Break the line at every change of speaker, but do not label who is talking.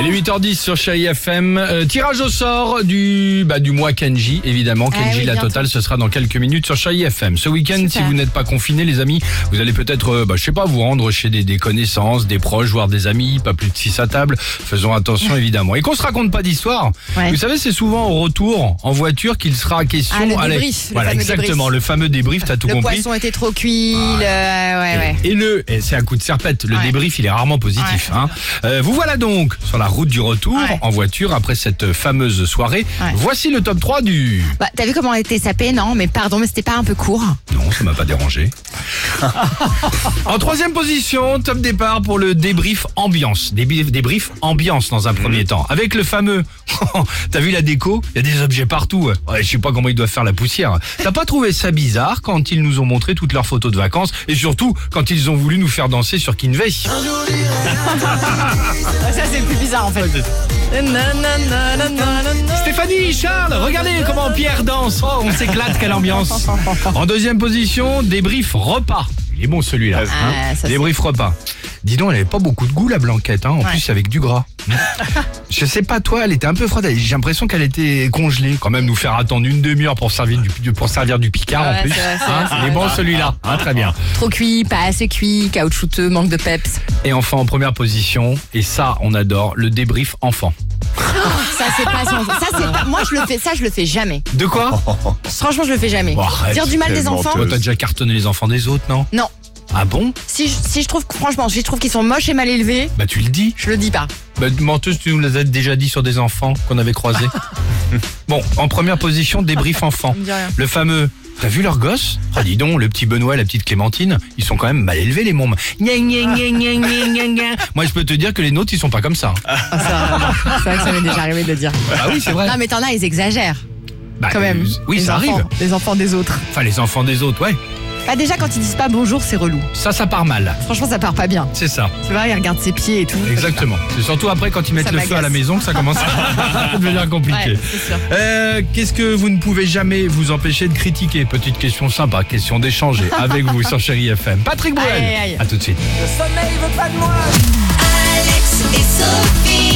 8h10 sur Chéri FM. Euh, tirage au sort du bah, du mois Kenji, évidemment.
Ah
Kenji,
oui,
la
bientôt.
totale, ce sera dans quelques minutes sur Chéri FM. Ce week-end, si
Super.
vous n'êtes pas confiné, les amis, vous allez peut-être, euh, bah, je sais pas, vous rendre chez des, des connaissances, des proches, voire des amis, pas plus de 6 à table. Faisons attention, évidemment. Et qu'on se raconte pas d'histoire.
Ouais.
Vous savez, c'est souvent au retour, en voiture, qu'il sera question...
Ah, le
Allez,
débrief, le
voilà,
fameux
exactement,
débrief.
le fameux débrief, t'as tout
Le
compris. Ah,
poisson était trop cuit. le- Eh ouais, ouais.
Et le, et c'est un coup de serpette, le
Ouais.
débrief il est rarement positif. hein. Euh, vous voilà donc sur la route du retour,
Ouais.
en voiture, après cette fameuse soirée.
Ouais.
Voici le top 3 du...
Bah, t'as vu comment on était sapé Non, mais pardon, mais c'était pas un peu court.
Non, ça m'a pas dérangé. en troisième position, top départ pour le débrief ambiance. Débrief, débrief ambiance dans un premier
Mhm.
temps. Avec le fameux... T'as vu la déco Il y a des objets partout. Ouais, je sais pas comment ils doivent faire la poussière. T'as pas trouvé ça bizarre quand ils nous ont montré toutes leurs photos de vacances et surtout quand ils ont voulu nous faire danser sur Kinvey
Ça, c'est le plus bizarre en fait.
Stéphanie, Charles, regardez comment Pierre danse. Oh, on s'éclate, quelle ambiance. En deuxième position, débrief repas. Il est bon celui-là. hein.
Ah, ça, c'est-
débrief repas. Dis donc, elle avait pas beaucoup de goût la blanquette, hein. en
Ouais.
plus avec du gras. Je sais pas toi, elle était un peu froide. J'ai l'impression qu'elle était congelée. Quand même, nous faire attendre une demi-heure pour servir du, pour servir du picard
Ouais,
en plus.
c'est vrai, c'est
Hein,
vrai, c'est
il est
vrai.
bon celui-là. Hein, très bien.
Trop cuit, pas assez cuit, caoutchouteux, manque de peps.
Et enfin, en première position, et ça, on adore, le débrief enfant.
Ça, c'est pas son- Ça, c'est pas. Moi, je le fais. Ça, je le fais jamais.
De quoi
Franchement, je le fais jamais.
Bon, arrête,
Dire du mal des
tellement
enfants
Toi, t'as déjà cartonné les enfants des autres, non
Non.
Ah bon
Si je, si je trouve, que- franchement, si je trouve qu'ils sont moches et mal élevés,
Bah tu le dis.
je le dis pas.
Bah, menteuse, tu nous l'as déjà dit sur des enfants qu'on avait croisés. bon, en première position, débrief enfant.
me dis rien.
Le fameux. T'as vu leur gosse Ah dis donc, le petit Benoît et la petite Clémentine, ils sont quand même mal élevés les mômes. Gna, gna, gna, gna, gna, gna, gna. Moi je peux te dire que les nôtres ils sont pas comme ça.
Ah, ça, c'est vrai que ça m'est déjà arrivé de le dire.
Ah oui c'est vrai.
Non, mais t'en as, ils exagèrent
Bah,
quand même.
euh, oui
les
ça
enfants,
arrive.
Les enfants des autres.
Enfin les enfants des autres, ouais.
Bah, déjà, quand ils disent pas bonjour, c'est relou.
Ça ça part mal.
Franchement, ça part pas bien.
C'est ça.
Tu vois, ils regardent ses pieds et tout.
Exactement. C'est surtout après quand ils mettent
Ça
le feu à la
m'agace.
maison que ça commence à devenir compliqué.
Ouais, c'est sûr.
Euh, Qu'est-ce que vous ne pouvez jamais vous empêcher de critiquer Petite question sympa, question d'échanger avec vous sur Chéri FM. Patrick Bruel,
Aïe, aïe, aïe.
à tout de suite.
Alex et Sophie.